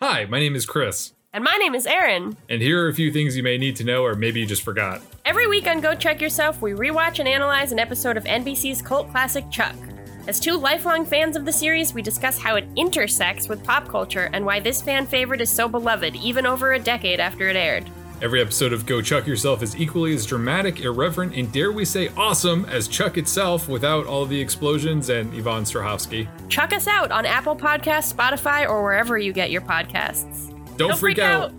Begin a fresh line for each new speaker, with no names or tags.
Hi, my name is Chris,
And my name is Erin.
and here are a few things you may need to know or maybe you just forgot.
Every week on Go Check Yourself, we rewatch and analyze an episode of NBC's cult classic Chuck. As two lifelong fans of the series, we discuss how it intersects with pop culture and why this fan favorite is so beloved even over a decade after it aired.
Every episode of Go Chuck Yourself is equally as dramatic, irreverent, and dare we say awesome as Chuck itself without all the explosions and Yvonne Strahovski.
Chuck us out on Apple Podcasts, Spotify, or wherever you get your podcasts.
Don't, freak, out.